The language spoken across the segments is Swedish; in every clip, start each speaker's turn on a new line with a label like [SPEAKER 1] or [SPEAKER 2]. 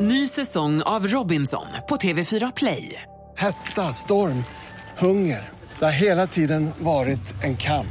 [SPEAKER 1] Ny säsong av Robinson på TV4 Play.
[SPEAKER 2] Hetta, storm, hunger. Det har hela tiden varit en kamp.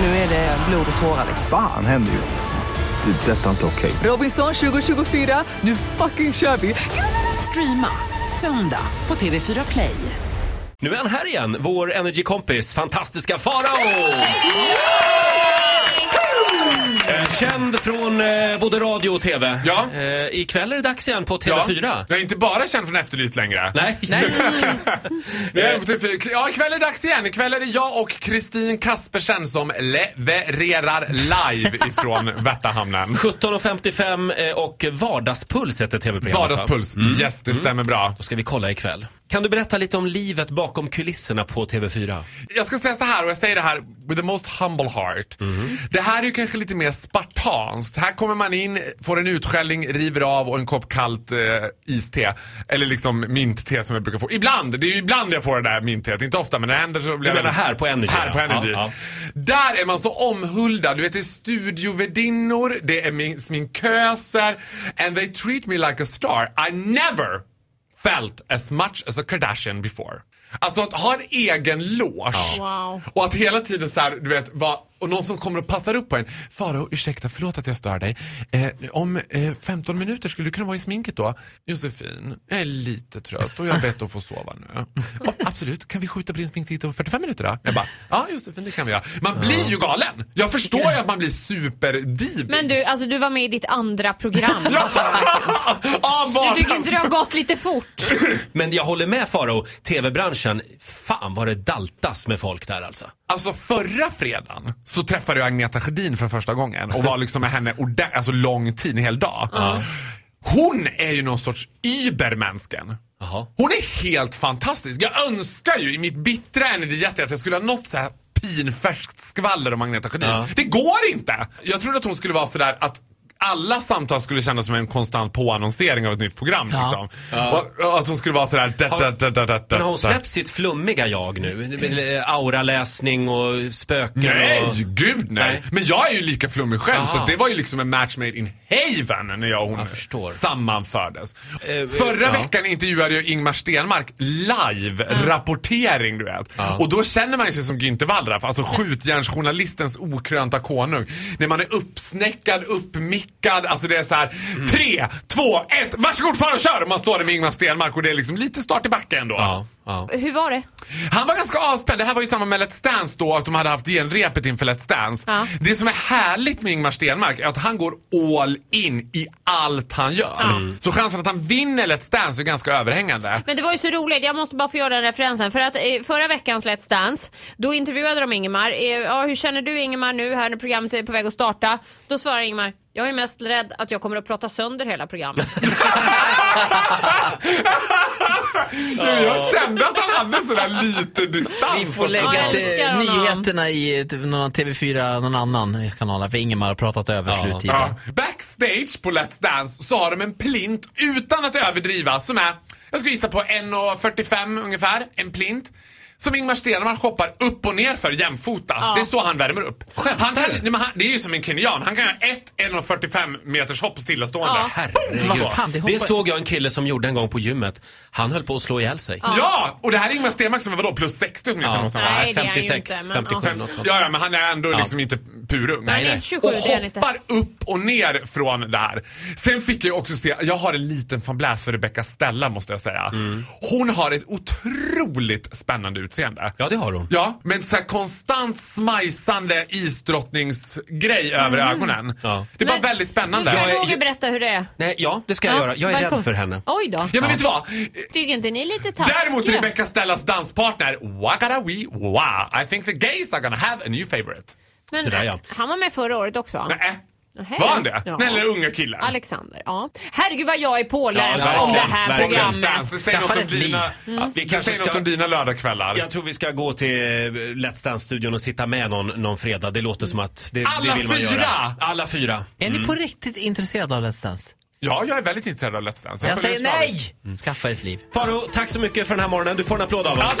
[SPEAKER 1] Nu är det blod och tårar.
[SPEAKER 3] Fan händer just nu. Det. är Detta är inte okej.
[SPEAKER 1] Robinson 2024, nu fucking kör vi! Streama söndag på TV4 Play.
[SPEAKER 4] Nu är han här igen, vår energikompis, fantastiska Farao! Eh, Känd från eh, både radio och TV.
[SPEAKER 5] Ja.
[SPEAKER 4] Eh, ikväll är det dags igen på TV4.
[SPEAKER 5] Jag är inte bara känd från Efterlyst längre.
[SPEAKER 4] Nej.
[SPEAKER 5] Vi är på TV4. Ja, ikväll är det dags igen. Ikväll är det jag och Kristin Kaspersen som levererar live ifrån Värtahamnen.
[SPEAKER 4] 17.55 eh, och Vardagspuls heter TV-programmet. va?
[SPEAKER 5] Vardagspuls.
[SPEAKER 4] Mm.
[SPEAKER 5] Yes, det stämmer bra.
[SPEAKER 4] Då ska vi kolla ikväll. Kan du berätta lite om livet bakom kulisserna på TV4?
[SPEAKER 5] Jag ska säga så här, och jag säger det här with the most humble heart.
[SPEAKER 4] Mm.
[SPEAKER 5] Det här är ju kanske lite mer spartanskt. Här kommer man in, får en utskällning, river av och en kopp kallt eh, iste. Eller liksom mintte som jag brukar få. Ibland, det är ju ibland jag får det där mintteet. Inte ofta, men när det händer så blir
[SPEAKER 4] Du
[SPEAKER 5] jag
[SPEAKER 4] menar här på Energy?
[SPEAKER 5] Här på
[SPEAKER 4] ja.
[SPEAKER 5] Energy.
[SPEAKER 4] Ja,
[SPEAKER 5] Där är man så omhuldad. Du vet, det är studiovärdinnor, det är min, sminköser. And they treat me like a star. I never felt as much as a Kardashian before. Alltså att ha en egen loge. Och att hela tiden så här, du vet, va, och någon som kommer och passar upp på en. Faro, ursäkta, förlåt att jag stör dig. Eh, om eh, 15 minuter skulle du kunna vara i sminket då? Josefin, jag är lite trött och jag har bett att få sova nu. Ja, absolut, kan vi skjuta på din sminktid om 45 minuter då? Jag bara, ja Josefin, det kan vi göra. Man blir ju galen! Jag förstår ju att man blir superdivig.
[SPEAKER 6] Men du, alltså du var med i ditt andra program.
[SPEAKER 5] ah,
[SPEAKER 6] Du tycker inte det har gått lite fort?
[SPEAKER 4] Men jag håller med Faro, TV-branschen, fan vad det daltas med folk där alltså.
[SPEAKER 5] Alltså förra fredagen så träffade jag Agneta Sjödin för första gången och var liksom med henne ordä- alltså lång tid, en hel dag. Hon är ju någon sorts übermänsken.
[SPEAKER 4] Jaha.
[SPEAKER 5] Hon är helt fantastisk. Jag önskar ju i mitt bittra energihjärta att jag skulle ha något så här pinfärskt skvaller om Agneta Sjödin.
[SPEAKER 4] Ja.
[SPEAKER 5] Det går inte! Jag trodde att hon skulle vara sådär att alla samtal skulle kännas som en konstant påannonsering av ett nytt program. Liksom. Och, och att hon skulle vara sådär...
[SPEAKER 4] Har- Men har hon släppt sitt flummiga jag nu? Eh, Auraläsning och spöken
[SPEAKER 5] Nej,
[SPEAKER 4] och...
[SPEAKER 5] gud nej.
[SPEAKER 4] Nej.
[SPEAKER 5] Men jag är ju lika flummig själv så
[SPEAKER 4] Aha.
[SPEAKER 5] det var ju liksom en match made in heaven när jag och hon
[SPEAKER 4] Jag förstår.
[SPEAKER 5] sammanfördes.
[SPEAKER 4] Eh,
[SPEAKER 5] Förra
[SPEAKER 4] ja.
[SPEAKER 5] veckan intervjuade jag Ingmar Stenmark live, rapportering du vet. Och då känner man sig som Günther Wallraff, alltså skjutjärnsjournalistens okrönta konung. När man är uppsnäckad, uppmickad, alltså det är så här
[SPEAKER 4] Mm.
[SPEAKER 5] tre, två, ett, varsågod far och kör! Och man står där med Ingmar Stenmark och det är liksom lite start i backen ändå.
[SPEAKER 4] Ja, ja.
[SPEAKER 6] Hur var det?
[SPEAKER 5] Han var ganska avspänd. Det här var ju samma med Let's Dance då, att de hade haft genrepet inför Let's Dance.
[SPEAKER 6] Ja.
[SPEAKER 5] Det som är härligt med Ingmar Stenmark är att han går all in i allt han gör. Så chansen att han vinner Let's Dance är ganska överhängande.
[SPEAKER 6] Men det var ju så roligt, jag måste bara få göra den referensen. För att eh, förra veckans Let's Dance, då intervjuade de Ingemar. Eh, ja, hur känner du Ingemar nu här när programmet är på väg att starta? Då svarar Ingemar, jag är mest rädd att jag kommer att prata sönder hela programmet.
[SPEAKER 5] Jag kände att han hade sådär lite distans.
[SPEAKER 7] Vi får
[SPEAKER 5] också.
[SPEAKER 7] lägga
[SPEAKER 6] Jag
[SPEAKER 7] till
[SPEAKER 6] älskar honom.
[SPEAKER 7] nyheterna i eh, typ någon TV4, någon annan kanal här, för Ingemar har pratat över
[SPEAKER 4] Ja.
[SPEAKER 7] sluttiden.
[SPEAKER 5] Ja. Backstage på Let's Dance så har de en plint utan att överdriva som är, jag skulle gissa på 1,45 ungefär, en plint. Som Ingmar Stenmark hoppar upp och ner för jämfota. Det är så han värmer upp.
[SPEAKER 4] Skämtar
[SPEAKER 5] Han, kan-
[SPEAKER 4] du?
[SPEAKER 5] nej, men han, det är ju som en kenyan. Han kan göra ett 1,45 meters hopp stillastående.
[SPEAKER 6] Ja.
[SPEAKER 4] Herregud.
[SPEAKER 7] Vad fan, det
[SPEAKER 4] det,
[SPEAKER 7] hoppar-
[SPEAKER 4] såg jag en kille som gjorde en gång på gymmet. Han höll på att slå ihjäl sig.
[SPEAKER 5] Ja! Och det här är Ingmar Stenmark som är vadå, plus 60 åtminstone? någonstans, va?
[SPEAKER 6] Nej, det är han ju
[SPEAKER 4] 56,
[SPEAKER 6] inte, men,
[SPEAKER 4] 57
[SPEAKER 6] ja.
[SPEAKER 4] något sånt.
[SPEAKER 5] Ja, ja, men han är ändå liksom inte purung.
[SPEAKER 6] Nej, nej. 27,
[SPEAKER 5] och
[SPEAKER 6] det är han inte.
[SPEAKER 5] hoppar upp och ner från där. Sen fick jag också se, jag har en liten fanbläs för Rebecca Stella måste jag säga.
[SPEAKER 4] Mm.
[SPEAKER 5] Hon har ett otroligt spännande utseende.
[SPEAKER 4] Ja, det har hon.
[SPEAKER 5] Ja, men så här konstant smajsande isdrottningsgrej över ögonen.
[SPEAKER 4] Ja.
[SPEAKER 5] Det var
[SPEAKER 6] Mm. Men-
[SPEAKER 5] väldigt
[SPEAKER 6] Nu
[SPEAKER 5] spännande.
[SPEAKER 6] ska
[SPEAKER 4] Jag är-
[SPEAKER 6] Roger berätta hur det är.
[SPEAKER 4] Nej, ja, det ska jag göra. Jag är rädd för henne.
[SPEAKER 6] Oj då.
[SPEAKER 5] Ja, men vet du vad?
[SPEAKER 6] Tycker inte ni är lite taskiga?
[SPEAKER 5] Däremot Rebecca Stellas danspartner, Wagada Wee Wah. I think the gays are gonna have a new favorite.
[SPEAKER 6] Men,
[SPEAKER 4] Sådär, ja.
[SPEAKER 6] Han var med förra året också.
[SPEAKER 5] Nej.
[SPEAKER 6] Nähä.
[SPEAKER 5] Äh. Var han det?
[SPEAKER 6] Ja.
[SPEAKER 5] Den lilla unga killen?
[SPEAKER 6] Alexander, ja. Herregud vad jag är påläst
[SPEAKER 4] Ja, verkligen,
[SPEAKER 6] om det här
[SPEAKER 4] verkligen.
[SPEAKER 6] programmet. Mm.
[SPEAKER 5] Det säger något
[SPEAKER 7] Skaffa
[SPEAKER 5] om
[SPEAKER 7] ett liv.
[SPEAKER 5] dina,
[SPEAKER 4] Vi
[SPEAKER 5] det
[SPEAKER 4] kanske
[SPEAKER 5] säger något
[SPEAKER 4] ska-
[SPEAKER 5] om dina lördagskvällar.
[SPEAKER 4] Jag tror vi ska gå till eh, Let's Dance-studion och sitta med någon, någon fredag. Det låter som att det,
[SPEAKER 5] Alla
[SPEAKER 4] det vill man
[SPEAKER 5] fyra!
[SPEAKER 4] göra. Alla fyra!
[SPEAKER 7] Är ni på riktigt intresserade av Let's Dance?
[SPEAKER 5] Ja, jag är väldigt intresserad av Let's Dance.
[SPEAKER 7] Jag
[SPEAKER 5] följer
[SPEAKER 7] säger
[SPEAKER 5] slaviskt.
[SPEAKER 7] nej! Mm. Skaffa ett liv.
[SPEAKER 4] Faro, tack så mycket för den här morgonen. Du får en applåd av oss.